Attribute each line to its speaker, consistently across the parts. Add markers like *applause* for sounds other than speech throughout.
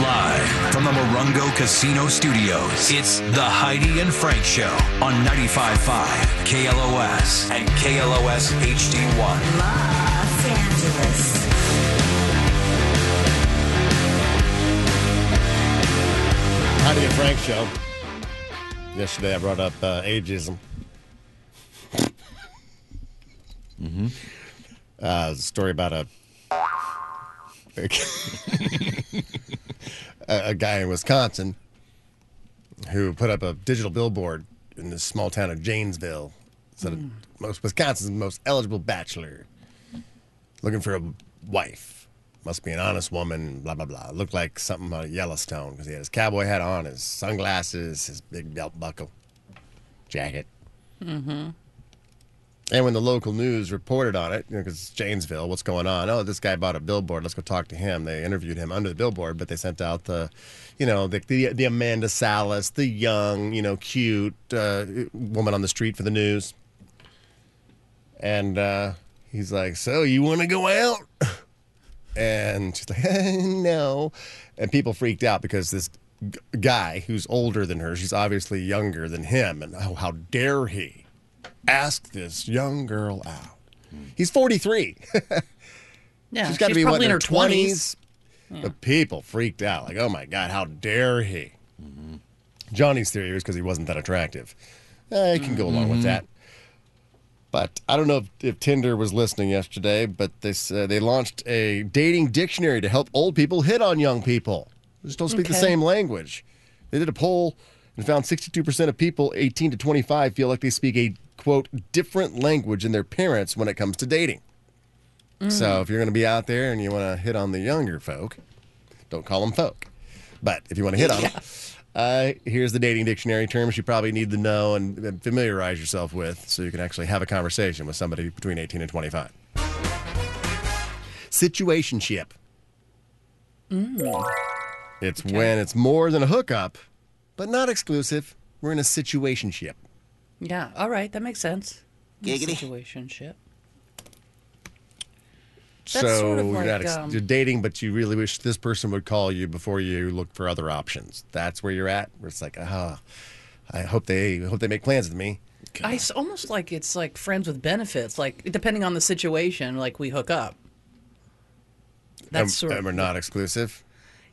Speaker 1: Live from the Morongo Casino Studios, it's the Heidi and Frank Show on 95.5 KLOS and KLOS HD1.
Speaker 2: Los Angeles.
Speaker 3: Heidi and Frank show. Yesterday, I brought up uh, ageism. Uh, it's a story about a *laughs* a, a guy in Wisconsin who put up a digital billboard in this small town of Janesville. It Said most Wisconsin's most eligible bachelor, looking for a wife. Must be an honest woman. Blah blah blah. Looked like something out of Yellowstone because he had his cowboy hat on, his sunglasses, his big belt buckle, jacket. And when the local news reported on it, you know, because Janesville, what's going on? Oh, this guy bought a billboard. Let's go talk to him. They interviewed him under the billboard, but they sent out the, you know, the the, the Amanda Salas, the young, you know, cute uh, woman on the street for the news. And uh, he's like, "So you want to go out?" *laughs* And she's like, *laughs* "No." And people freaked out because this g- guy who's older than her, she's obviously younger than him, and oh, how dare he? ask this young girl out. He's 43.
Speaker 4: Yeah,
Speaker 3: She's got to be what, in her 20s. The people freaked out. Like, oh my God, how dare he? Johnny's theory was because he wasn't that attractive. I can go along with that. But I don't know if, if Tinder was listening yesterday, but they s- uh, they launched a dating dictionary to help old people hit on young people. They just don't speak the
Speaker 4: Okay.
Speaker 3: same language. They did a poll and found 62% of people 18 to 25 feel like they speak a quote different language than their parents when it comes to dating. So if you're going to be out there and you want to hit on the younger folk, don't call them folk. But if you want to hit on them, uh, here's the dating dictionary terms you probably need to know and, and familiarize yourself with so you can actually have a conversation with somebody between 18 and 25. Situationship. It's when it's more than a hookup, but not exclusive. We're in a situationship.
Speaker 4: Yeah, all right, that makes sense.
Speaker 5: Giggity.
Speaker 4: Situationship.
Speaker 3: so
Speaker 4: sort of
Speaker 3: you're,
Speaker 4: like,
Speaker 3: not ex-
Speaker 4: um,
Speaker 3: you're dating, but you really wish this person would call you before you look for other options. That's where you're at. Where it's like, ah, I hope they hope they make plans with me.
Speaker 4: I s- almost like it's like friends with benefits. Like depending on the situation, like we hook up. That's
Speaker 3: and,
Speaker 4: sort
Speaker 3: and we're
Speaker 4: of
Speaker 3: not exclusive.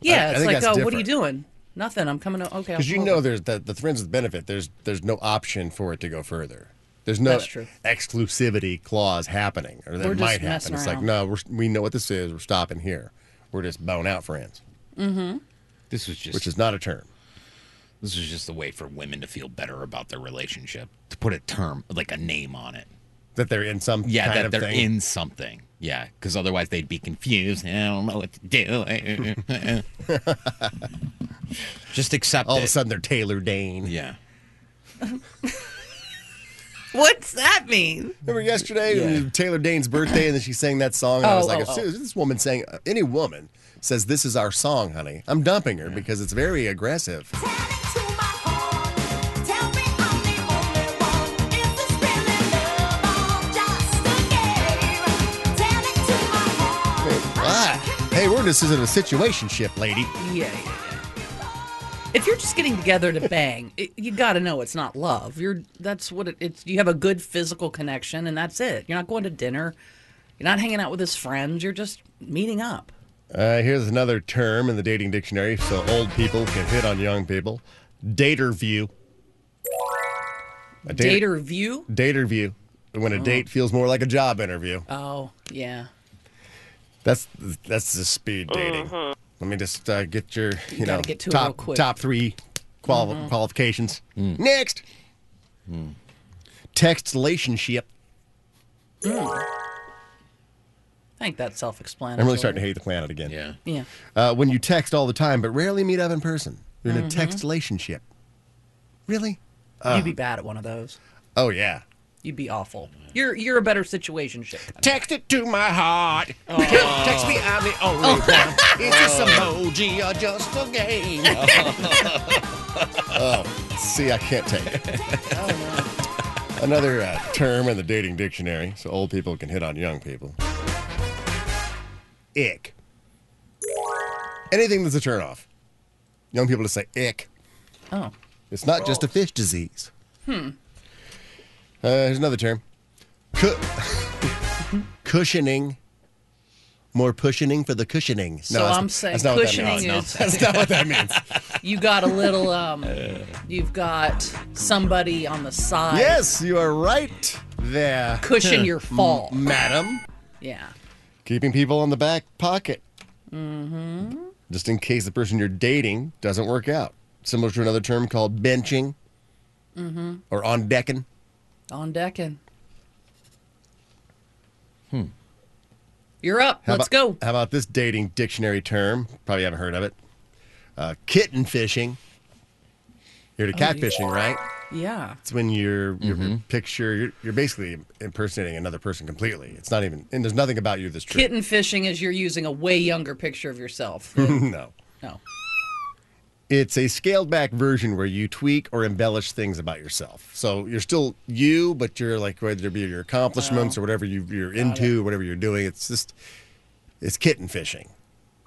Speaker 4: yeah.
Speaker 3: I
Speaker 4: it's
Speaker 3: think
Speaker 4: like, oh,
Speaker 3: that's
Speaker 4: what are you
Speaker 3: different.
Speaker 4: doing? Nothing. I'm coming. o- Okay, I'll
Speaker 3: Because you
Speaker 4: come
Speaker 3: know,
Speaker 4: over.
Speaker 3: there's the, the friends with benefit. There's there's no option for it to go further. There's no
Speaker 4: That's true.
Speaker 3: exclusivity clause happening, or that
Speaker 4: We're just
Speaker 3: might happen.
Speaker 4: messing
Speaker 3: It's like,
Speaker 4: around.
Speaker 3: no, we're, we know what this is. We're stopping here. We're just bone out friends,
Speaker 5: This was just
Speaker 3: which is not a term.
Speaker 5: this was just a way for women to feel better about their relationship, to put a term like a name on it.
Speaker 3: That they're in some
Speaker 5: Yeah,
Speaker 3: kind
Speaker 5: that
Speaker 3: of
Speaker 5: they're
Speaker 3: thing.
Speaker 5: in something. Yeah, because otherwise they'd be confused. I don't know what to do. *laughs* just accept
Speaker 3: All
Speaker 5: it.
Speaker 3: of a sudden, they're Taylor Dane.
Speaker 5: yeah.
Speaker 4: What's that mean?
Speaker 3: Remember yesterday, when it was Taylor Dane's birthday, and then she sang that song, and I
Speaker 4: Oh,
Speaker 3: was like,
Speaker 4: oh,
Speaker 3: if
Speaker 4: oh.
Speaker 3: this woman sang, any woman says, this is our song, honey, I'm dumping her because it's very aggressive. Ah, hey, we're just in a situationship, lady.
Speaker 4: Yeah, yeah, yeah. E If you're just getting together to bang, *laughs* it, you got to know it's not love. You're that's what it, it's. You have a good physical connection, and that's it. You're not going to dinner. You're not hanging out with his friends. You're just meeting up.
Speaker 3: Uh, here's another term in the dating dictionary so old people can hit on young people. Dater view. A
Speaker 4: Dater Oh. view.
Speaker 3: Dater view. When a date feels more like a job interview.
Speaker 4: Oh yeah.
Speaker 3: That's that's the speed dating. Let me just uh, get your you, know
Speaker 4: gotta get to it real
Speaker 3: top
Speaker 4: quick. Mm-hmm.
Speaker 3: top three quali- qualifications. Next, text relationship.
Speaker 4: I think that's self-explanatory.
Speaker 3: I'm really starting to hate the planet again.
Speaker 5: Yeah.
Speaker 4: Yeah.
Speaker 3: Uh, when you text all the time, but rarely meet up in person, you're
Speaker 4: Mm-hmm.
Speaker 3: in a text relationship. Really? Uh.
Speaker 4: You'd be bad at one of those.
Speaker 3: Oh yeah.
Speaker 4: You'd be awful. You're you're a better situation ship.
Speaker 3: Text it to my heart. Te- *laughs* Text me, I'm the only
Speaker 4: Oh.
Speaker 3: one. It's just emoji or just a game. *laughs* oh, see, I can't take it. Another uh, term in the dating dictionary, so old people can hit on young people. Ick. Anything that's a turnoff. Young people just say ick.
Speaker 4: Oh.
Speaker 3: It's not just a fish disease. Hmm. Uh, here's another term. Cu- *laughs* cushioning. More cushioning for the cushioning.
Speaker 4: So I'm saying
Speaker 3: that's not what that
Speaker 4: cushioning
Speaker 3: means. *laughs*
Speaker 4: is
Speaker 3: That's not what that
Speaker 4: *laughs*
Speaker 3: means.
Speaker 4: you got a
Speaker 3: *laughs*
Speaker 4: little um you've got somebody on the side
Speaker 3: yes, you are right there. Hmm.
Speaker 4: cushion your fall.
Speaker 3: Madam.
Speaker 4: Yeah.
Speaker 3: Keeping people in the back pocket. Mm-hmm. Just in case the person you're dating doesn't work out. Similar to another term called benching mm-hmm. or on decking.
Speaker 4: On decking. Hmm. You're up.
Speaker 3: Hmm. How
Speaker 4: Let's
Speaker 3: about-
Speaker 4: go.
Speaker 3: How about this dating dictionary term? Probably haven't heard of it. Uh, kitten fishing. You're
Speaker 4: Oh,
Speaker 3: to catfishing, right?
Speaker 4: Yeah.
Speaker 3: It's when your your
Speaker 4: Mm-hmm.
Speaker 3: picture you're, you're basically impersonating another person completely. It's not even and there's nothing about you that's true.
Speaker 4: Kitten fishing is you're using a way younger picture
Speaker 3: *laughs*
Speaker 4: of yourself.
Speaker 3: no.
Speaker 4: no.
Speaker 3: It's a scaled back version where you tweak or embellish things about yourself. So you're still you, but you're like whether it be your accomplishments or whatever you, you're into, whatever you're doing. It's just it's kitten fishing.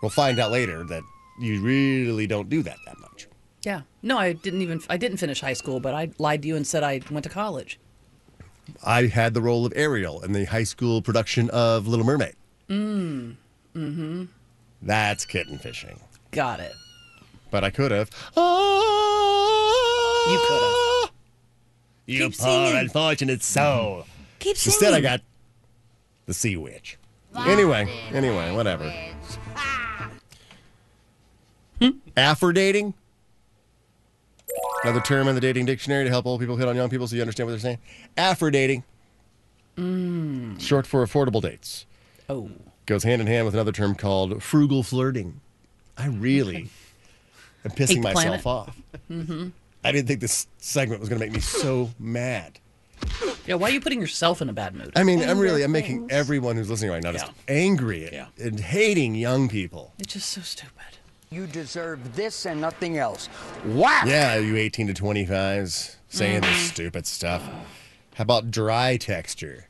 Speaker 3: We'll find out later that you really don't do that that much.
Speaker 4: Yeah. No, I didn't even I didn't finish high school, but I lied to you and said I went to college.
Speaker 3: I had the role of Ariel in the high school production of Little Mermaid. Mm. Mm-hmm. That's kitten fishing.
Speaker 4: Got it.
Speaker 3: But I could have.
Speaker 4: You
Speaker 3: You
Speaker 4: could have.
Speaker 3: You poor unfortunate soul.
Speaker 2: Keep
Speaker 3: Instead, I got the sea witch. Anyway, anyway, whatever. Affordating? Another term in the dating dictionary to help old people hit on young people so you understand what they're saying. Affordating.
Speaker 5: Mm.
Speaker 3: Short for affordable dates.
Speaker 4: Oh.
Speaker 3: Goes hand in hand with another term called frugal flirting. I really am
Speaker 4: Hate
Speaker 3: pissing
Speaker 4: the
Speaker 3: myself
Speaker 4: planet.
Speaker 3: off.
Speaker 5: Mm-hmm.
Speaker 3: I didn't think this segment was going to make me so mad.
Speaker 4: Yeah, why are you putting yourself in a bad mood?
Speaker 3: I mean, I'm really, I'm making everyone who's listening right now just
Speaker 5: Yeah.
Speaker 3: angry and,
Speaker 5: Yeah.
Speaker 3: and hating young people.
Speaker 4: it's just so stupid.
Speaker 6: You deserve this and nothing else. Wow.
Speaker 3: Yeah, you 18 to 25s saying this stupid stuff. How about dry texture?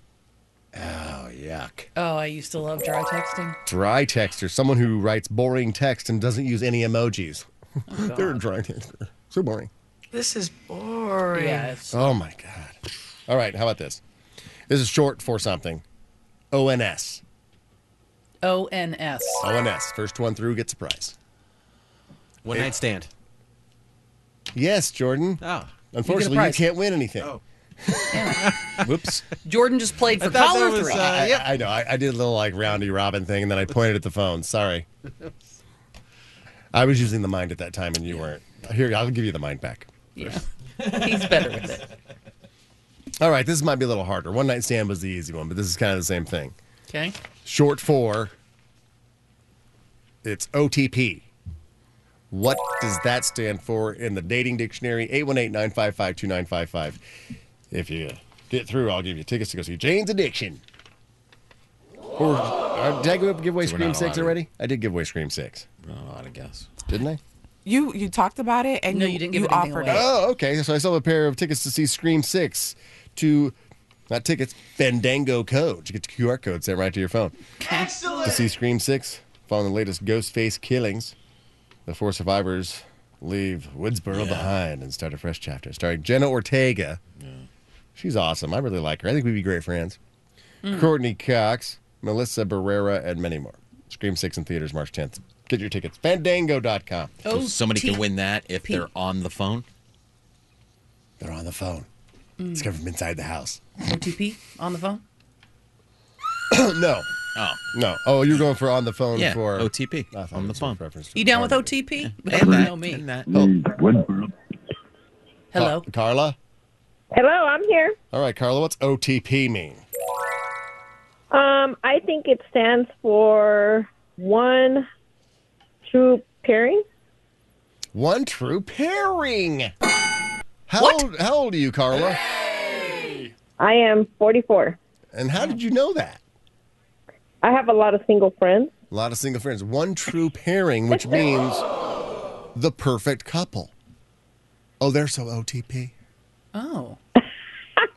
Speaker 3: Oh, yuck.
Speaker 4: Oh, I used to love dry texting.
Speaker 3: Dry texture, someone who writes boring text and doesn't use any emojis. *laughs* They're a dry texture. So boring.
Speaker 7: This is boring.
Speaker 4: Yeah, it's
Speaker 3: Oh, my God. All right, how about this? This is short for something ONS.
Speaker 4: O N S.
Speaker 3: ONS. First one through gets a prize.
Speaker 8: One night stand.
Speaker 3: Yes, Jordan.
Speaker 8: Oh.
Speaker 3: Unfortunately, you
Speaker 4: prize.
Speaker 3: can't win anything. *laughs* Whoops.
Speaker 4: Jordan just played for
Speaker 8: thought
Speaker 4: Collar
Speaker 8: that was,
Speaker 4: Three.
Speaker 8: uh,
Speaker 3: I, I know. I, I did a little like roundy robin thing, and then I pointed at the phone. Sorry. I was using the mind at that time, and you weren't. Here, I'll give you the mind back.
Speaker 4: *laughs* yeah. He's better with it.
Speaker 3: All right, this might be a little harder. One night stand was the easy one, but this is kind of the same thing.
Speaker 4: Okay.
Speaker 3: Short for it's OTP. What does that stand for in the dating dictionary? 818 955 2955. If you get through, I'll give you tickets to go see Jane's Addiction. Or, uh, did I give, give away
Speaker 5: So we're
Speaker 3: Scream
Speaker 5: not
Speaker 3: 6
Speaker 5: allowed to-
Speaker 3: already? I did give away Scream 6,
Speaker 5: Oh, I guess.
Speaker 3: didn't I?
Speaker 7: You you talked about it and
Speaker 4: No,
Speaker 7: you,
Speaker 4: you didn't give it anything
Speaker 7: offered
Speaker 4: away.
Speaker 7: it.
Speaker 3: Oh, okay. So I sold a pair of tickets to see Scream 6 to, not tickets, Fandango Code. You get the QR code sent right to your phone. To see Scream 6 following the latest Ghostface killings, the four survivors leave Woodsboro behind and start a fresh chapter. Starring Jenna Ortega. She's awesome. I really like her. I think we'd be great friends. Courtney Cox, Melissa Barrera, and many more. Scream 6 in theaters March 10th. Get your tickets. Fandango.com.
Speaker 5: So
Speaker 4: Oh,
Speaker 5: somebody
Speaker 4: T-
Speaker 5: can win that if
Speaker 4: P.
Speaker 5: they're on the phone.
Speaker 3: They're on the phone. It's coming from inside the house.
Speaker 4: OTP on the phone.
Speaker 3: no.
Speaker 5: Oh,
Speaker 3: No. Oh, you're going for on the phone
Speaker 5: yeah.
Speaker 3: for
Speaker 5: OTP
Speaker 3: I thought
Speaker 5: on
Speaker 3: it
Speaker 5: the
Speaker 3: was for
Speaker 5: phone.
Speaker 3: preference to
Speaker 4: You
Speaker 3: a
Speaker 4: down with
Speaker 3: target.
Speaker 4: OTP?
Speaker 5: And
Speaker 4: *laughs* you
Speaker 5: that,
Speaker 4: know me.
Speaker 5: and that. Oh,
Speaker 4: Hello.
Speaker 3: Ca- Carla.
Speaker 9: Hello, I'm here.
Speaker 3: All right, Carla. What's OTP mean?
Speaker 9: Um, I think it stands for one true pairing.
Speaker 3: One true pairing. How
Speaker 4: What?
Speaker 3: old? How old are you, Carla?
Speaker 9: I am 44.
Speaker 3: And how did you know that?
Speaker 9: I have a lot of single friends.
Speaker 3: A lot of single friends. One true pairing,
Speaker 5: *laughs*
Speaker 3: which means the perfect couple. Oh, they're so OTP.
Speaker 4: Oh.
Speaker 5: Oh,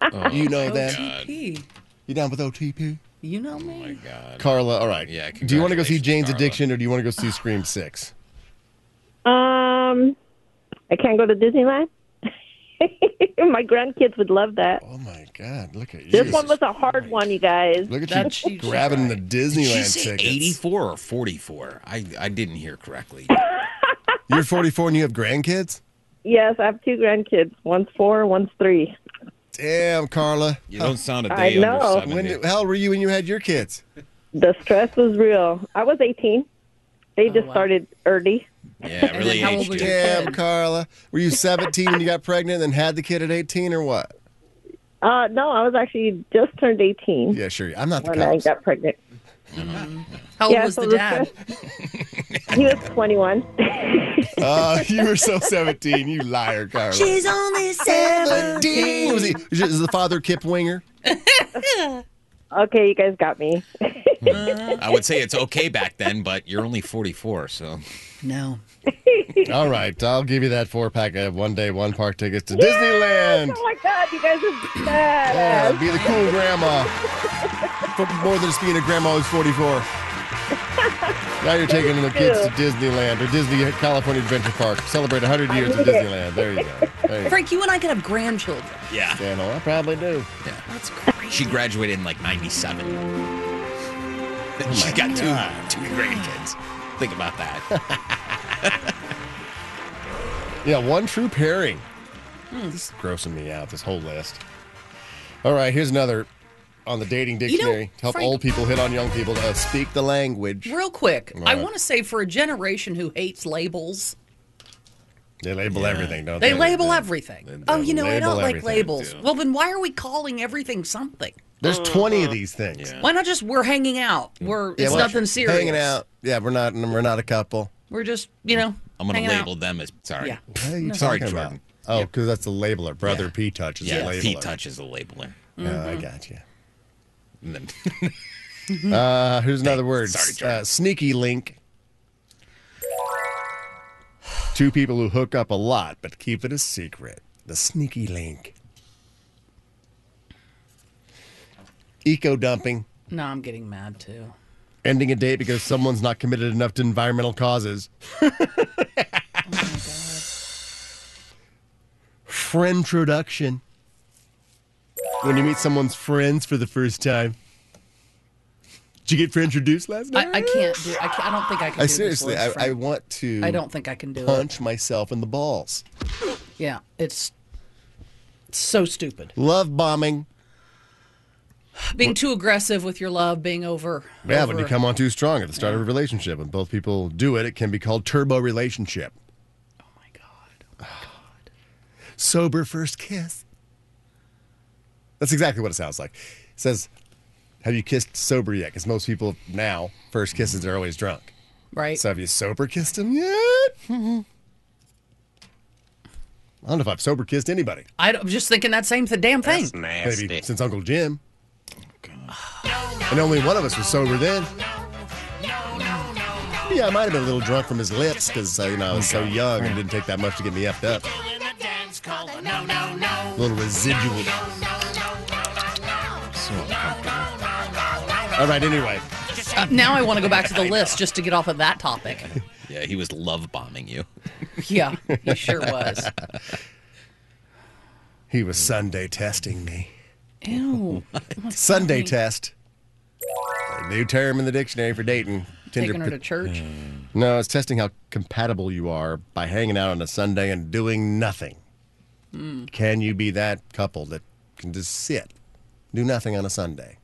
Speaker 4: uh,
Speaker 3: You know them.
Speaker 4: OTP.
Speaker 3: You down with OTP?
Speaker 4: You know me.
Speaker 3: Carla, all right.
Speaker 5: Yeah,
Speaker 3: Do you want to go see
Speaker 5: congratulations,
Speaker 3: Jane's
Speaker 5: Carla.
Speaker 3: Addiction or do you want to go see Scream Six?
Speaker 9: Um, Um, I can't go to Disneyland. *laughs* My grandkids would love that.
Speaker 3: Oh my God! Look at you.
Speaker 9: This one was a hard one, you guys.
Speaker 3: Look at
Speaker 4: That's-
Speaker 3: you
Speaker 4: she's
Speaker 3: grabbing the
Speaker 5: Did she
Speaker 3: Disneyland
Speaker 5: say
Speaker 3: tickets.
Speaker 5: 84 or 44? I, I didn't hear correctly.
Speaker 3: You're 44 and you have grandkids.
Speaker 9: Yes, I have two grandkids. One's four, one's three.
Speaker 3: Damn, Carla.
Speaker 5: You don't sound a
Speaker 9: I
Speaker 5: day under
Speaker 9: know.
Speaker 5: 70.
Speaker 3: Oh. When the hell were you when you had your kids?
Speaker 9: The stress was real. I was 18. They just
Speaker 4: wow.
Speaker 9: started early.
Speaker 4: *laughs*
Speaker 5: yeah, it
Speaker 4: then
Speaker 5: really
Speaker 4: how old
Speaker 5: aged
Speaker 4: were
Speaker 5: you.
Speaker 4: you?
Speaker 3: Damn, Carla. Were you 17 when you got pregnant and then had the kid at 18 or what?
Speaker 9: Uh, no, I was actually just turned 18
Speaker 3: Yeah, sure. I'm not the
Speaker 9: when I
Speaker 3: cops.
Speaker 9: got pregnant.
Speaker 4: How old
Speaker 9: Yeah,
Speaker 4: was
Speaker 9: so
Speaker 4: the
Speaker 9: the
Speaker 4: dad?
Speaker 9: He was 21.
Speaker 3: Oh, you were so 17. You liar, Carla.
Speaker 2: She's only seven.
Speaker 3: 17. Was he? Is the father Kip Winger?
Speaker 9: *laughs* okay, you guys got me.
Speaker 5: I would say it's okay back then, but you're only 44, so
Speaker 4: No.
Speaker 3: All right, I'll give you that four pack of one day, one park tickets to Disneyland.
Speaker 9: Oh my God, you guys are bad.
Speaker 3: Yeah, be the cool grandma. For more than just being a grandma who's 44. Now you're taking the kids to Disneyland or Disney California Adventure Park. Celebrate 100 years of
Speaker 9: need it.
Speaker 3: Disneyland. There you go. There
Speaker 4: *laughs*
Speaker 3: you go.
Speaker 4: Frank, you and I could have grandchildren.
Speaker 5: yeah.
Speaker 3: Daniel, I probably do.
Speaker 4: That's crazy.
Speaker 5: She graduated in like 97.
Speaker 3: Oh
Speaker 5: she got two, two grandkids. Think about that.
Speaker 3: Yeah, one true pairing. Hmm, This is grossing me out, this whole list. All right, here's another on the dating
Speaker 4: know,
Speaker 3: dictionary to help
Speaker 4: Frank-
Speaker 3: old people hit on young people to uh, speak the language.
Speaker 4: Real quick, I
Speaker 3: Right.
Speaker 4: want to say for a generation who hates labels,
Speaker 3: They label everything, don't they?
Speaker 4: they label everything. oh, you know, I
Speaker 3: label
Speaker 4: don't like
Speaker 3: everything,
Speaker 4: labels.
Speaker 5: yeah.
Speaker 4: Well, then why are we calling everything something?
Speaker 3: There's 20 of these things.
Speaker 5: Yeah.
Speaker 4: Why not just we're hanging out? We're it's
Speaker 3: well,
Speaker 4: nothing serious.
Speaker 3: Hanging out. Yeah, we're not. We're not a couple.
Speaker 4: We're just you know.
Speaker 5: I'm going
Speaker 4: hanging
Speaker 5: to label
Speaker 4: Out.
Speaker 5: them as sorry.
Speaker 4: Yeah.
Speaker 3: What are you
Speaker 5: Sorry,
Speaker 3: talking
Speaker 5: Jordan.
Speaker 3: about? Oh, because that's the labeler. Brother P touches
Speaker 5: Yeah,
Speaker 3: the labeler.
Speaker 5: he touches the labeler.
Speaker 3: Yeah, I got you.
Speaker 5: And then *laughs*
Speaker 3: Uh, here's another word.
Speaker 5: Sorry, Jordan.
Speaker 3: uh, sneaky link. Two people who hook up a lot but keep it a secret. The sneaky link. Eco dumping.
Speaker 4: No, I'm getting mad too.
Speaker 3: Ending a date because someone's not committed enough to environmental causes. Friend introduction. When you meet someone's friends for the first time. Did you get friend introduced last night?
Speaker 4: I, I can't do. I, can't, I don't think I can.
Speaker 3: Mm. I
Speaker 4: do
Speaker 3: seriously,
Speaker 4: This Lord
Speaker 3: I, I
Speaker 4: Frank.
Speaker 3: want to.
Speaker 4: I don't think I can do it.
Speaker 3: punch myself in the balls.
Speaker 4: Yeah, it's so stupid.
Speaker 3: Love bombing.
Speaker 4: Being too aggressive with your love, being over.
Speaker 3: Yeah,
Speaker 4: over-
Speaker 3: when you come on too strong at the start of a relationship, when both people do it, it can be called turbo relationship.
Speaker 4: Oh my god.
Speaker 3: *sighs* Sober first kiss. That's exactly what it sounds like. It says, "Have you kissed sober yet?" Because most people now first kisses are always drunk.
Speaker 4: Right.
Speaker 3: So have you sober kissed him yet? *laughs* I don't know if I've sober kissed anybody.
Speaker 4: I don't- I'm just thinking that same th- damn thing.
Speaker 3: Maybe since Uncle Jim. And only one of us was sober then. Yeah, I might have been a little drunk from his lips because uh, you know I was so young and it didn't take that much to get me effed up. A little residual. All right. Anyway,
Speaker 4: Uh, now I want to go back to
Speaker 3: *laughs*
Speaker 4: the list just to get off of that topic.
Speaker 5: yeah, he was love bombing you.
Speaker 4: Yeah,
Speaker 3: *laughs*
Speaker 4: he sure was.
Speaker 3: he was Sunday testing me.
Speaker 4: *laughs* Ew.
Speaker 3: Sunday test. A new term in the dictionary for dating. Tinder
Speaker 4: Taking her to church.
Speaker 3: No, it's testing how compatible you are by hanging out on a Sunday and doing nothing.
Speaker 5: Hmm.
Speaker 3: Can you be that couple that can just sit, do nothing on a Sunday,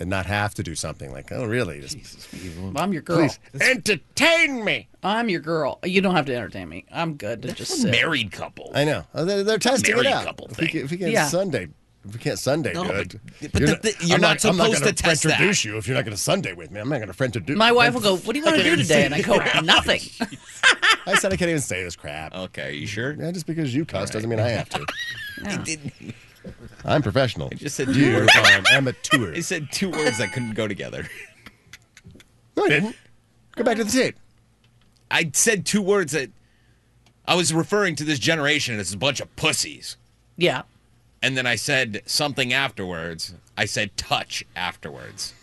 Speaker 3: and not have to do something like, oh, really? Just,
Speaker 4: I'm your girl.
Speaker 3: please entertain me.
Speaker 4: I'm your girl. You don't have to entertain me. I'm good to just sit.
Speaker 5: Married couple.
Speaker 3: I know Oh, they're, they're testing it
Speaker 5: Married
Speaker 3: out.
Speaker 5: couple
Speaker 3: if, we
Speaker 5: thing.
Speaker 3: can, if we can
Speaker 4: Yeah.
Speaker 3: Sunday, if we can't Sunday,
Speaker 5: No,
Speaker 3: do
Speaker 5: but-
Speaker 3: it.
Speaker 5: but the thi- you're
Speaker 3: I'm
Speaker 5: not
Speaker 3: I'm
Speaker 5: supposed
Speaker 3: gonna
Speaker 5: to test that.
Speaker 3: introduce you if you're not going to Sunday with me. I'm not going to introduce.
Speaker 4: My wife will go, What do you want to do today? And I go,
Speaker 3: *laughs*
Speaker 4: Nothing.
Speaker 3: I said I can't even say this crap.
Speaker 5: Okay, you sure?
Speaker 3: Yeah, just because you cuss doesn't mean I have to.
Speaker 5: I didn't.
Speaker 3: I'm *laughs* professional. I
Speaker 5: just said two
Speaker 3: you
Speaker 5: words.
Speaker 3: are an *laughs* amateur.
Speaker 5: I said two words that couldn't go together. *laughs*
Speaker 3: No, I didn't. Go back to the tape.
Speaker 5: I said two words that I was referring to this generation as a bunch of pussies.
Speaker 4: Yeah.
Speaker 5: And then I said something afterwards. I said touch afterwards.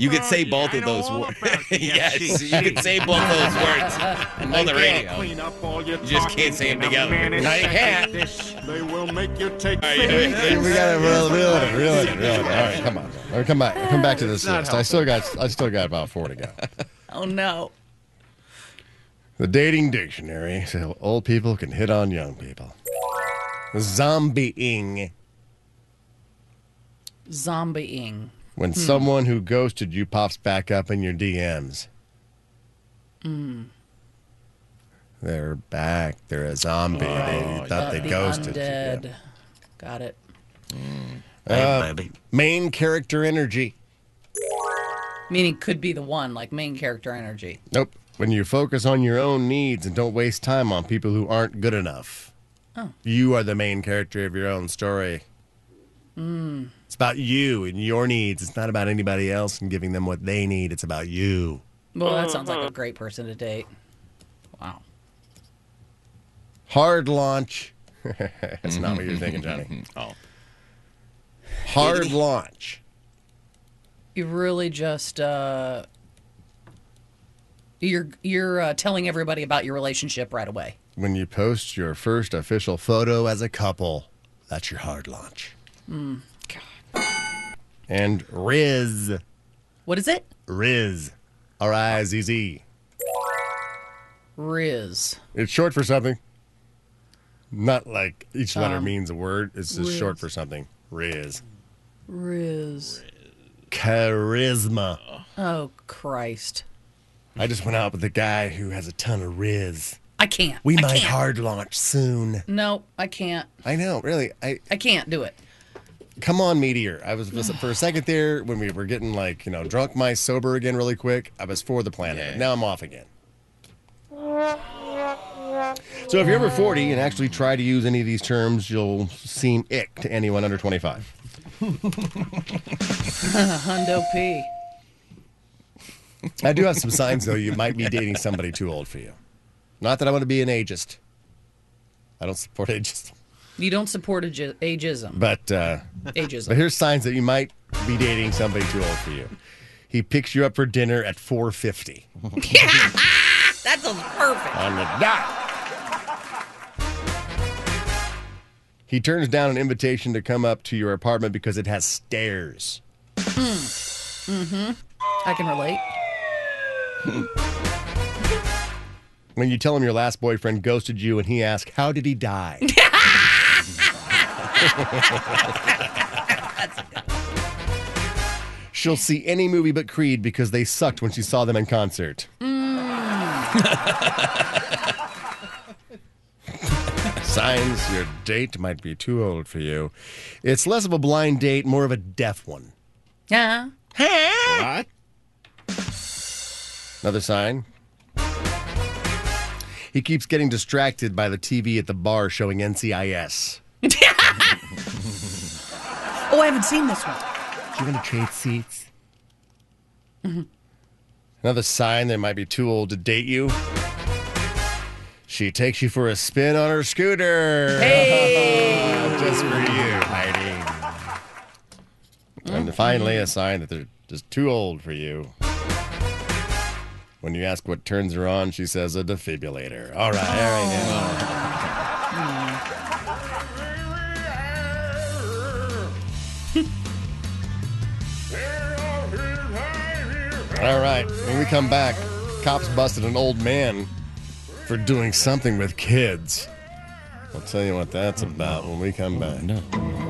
Speaker 5: You could say both of those words. *laughs* yes, you could say both those words on the radio. You just can't say them together. No, you can't.
Speaker 10: They will make you take
Speaker 5: All right, you know,
Speaker 3: We gotta reel, reel it, in, reel it, in, reel it. in. All right, come on, All right, come back, come back to this list. I still got, I still got about four to go.
Speaker 4: Oh no.
Speaker 3: *laughs* The dating dictionary, so old people can hit on young people. Zombieing,
Speaker 4: Zombieing.
Speaker 3: when someone who ghosted you pops back up in your DMs.
Speaker 4: Hmm.
Speaker 3: They're back. They're a zombie. they thought they
Speaker 4: Oh, The
Speaker 3: ghosted you. Yeah.
Speaker 4: undead. Got it.
Speaker 8: Hey, baby.
Speaker 3: Main character energy.
Speaker 4: Meaning could be the one, like main character energy.
Speaker 3: Nope. When you focus on your own needs and don't waste time on people who aren't good enough.
Speaker 4: Oh.
Speaker 3: You are the main character of your own story.
Speaker 4: Hmm.
Speaker 3: It's about you and your needs. It's not about anybody else and giving them what they need. It's about you.
Speaker 4: Well, that sounds like a great person to date. Wow.
Speaker 3: Hard launch. *laughs* That's not what you're thinking, Johnny.
Speaker 5: Oh.
Speaker 3: Hard launch.
Speaker 4: You really just uh you're you're uh, telling everybody about your relationship right away.
Speaker 3: When you post your first official photo as a couple, that's your hard launch. And Riz.
Speaker 4: What is it?
Speaker 3: Riz. R I Z Z.
Speaker 4: Riz.
Speaker 3: It's short for something. Not like each letter means a word. It's just
Speaker 4: Oh. Riz.
Speaker 3: short for something. Riz.
Speaker 4: Riz.
Speaker 3: Charisma.
Speaker 4: Oh Christ.
Speaker 3: I just went out with a guy who has a ton of riz.
Speaker 4: I can't.
Speaker 3: We
Speaker 4: I
Speaker 3: might
Speaker 4: can't.
Speaker 3: hard launch soon.
Speaker 4: No, I can't.
Speaker 3: I know, really. I
Speaker 4: I can't do it.
Speaker 3: come on, meteor. I was was- for a second there when we were getting like you know drunk, my sober again, really quick. I was for the planet.
Speaker 5: Yeah.
Speaker 3: Now I'm off again. So if you're over 40 and actually try to use any of these terms, you'll seem ick to anyone under 25.
Speaker 4: Hundo P.
Speaker 3: I do have some signs, though. You might be dating somebody too old for you. Not that I want to be an ageist. I don't support ageist.
Speaker 4: You don't support agi- ageism.
Speaker 3: But uh,
Speaker 4: Ageism.
Speaker 3: but here's signs that you might be dating somebody too old for you. He picks you up for dinner at 4:50
Speaker 4: That sounds perfect.
Speaker 3: on the dot. He turns down an invitation to come up to your apartment because it has stairs.
Speaker 4: I can relate.
Speaker 3: When you tell him your last boyfriend ghosted you and he asks, "How did he die?" She'll see any movie but Creed because they sucked when she saw them in concert. *laughs* Signs your date might be too old for you. It's less of a blind date, more of a deaf one.
Speaker 4: Yeah.
Speaker 5: What?
Speaker 3: Another sign. He keeps getting distracted by the TV at the bar showing NCIS.
Speaker 4: Oh, I haven't seen this one.
Speaker 3: Do you want to trade seats? Another sign they might be too old to date you. She takes you for a spin on her scooter. *laughs* just for you, Heidi. And finally, a sign that they're just too old for you. When you ask what turns her on, she says a defibrillator. All right, all right. yeah. All right, when we come back, cops busted an old man for doing something with kids. I'll tell you what that's about when we come back.
Speaker 5: No.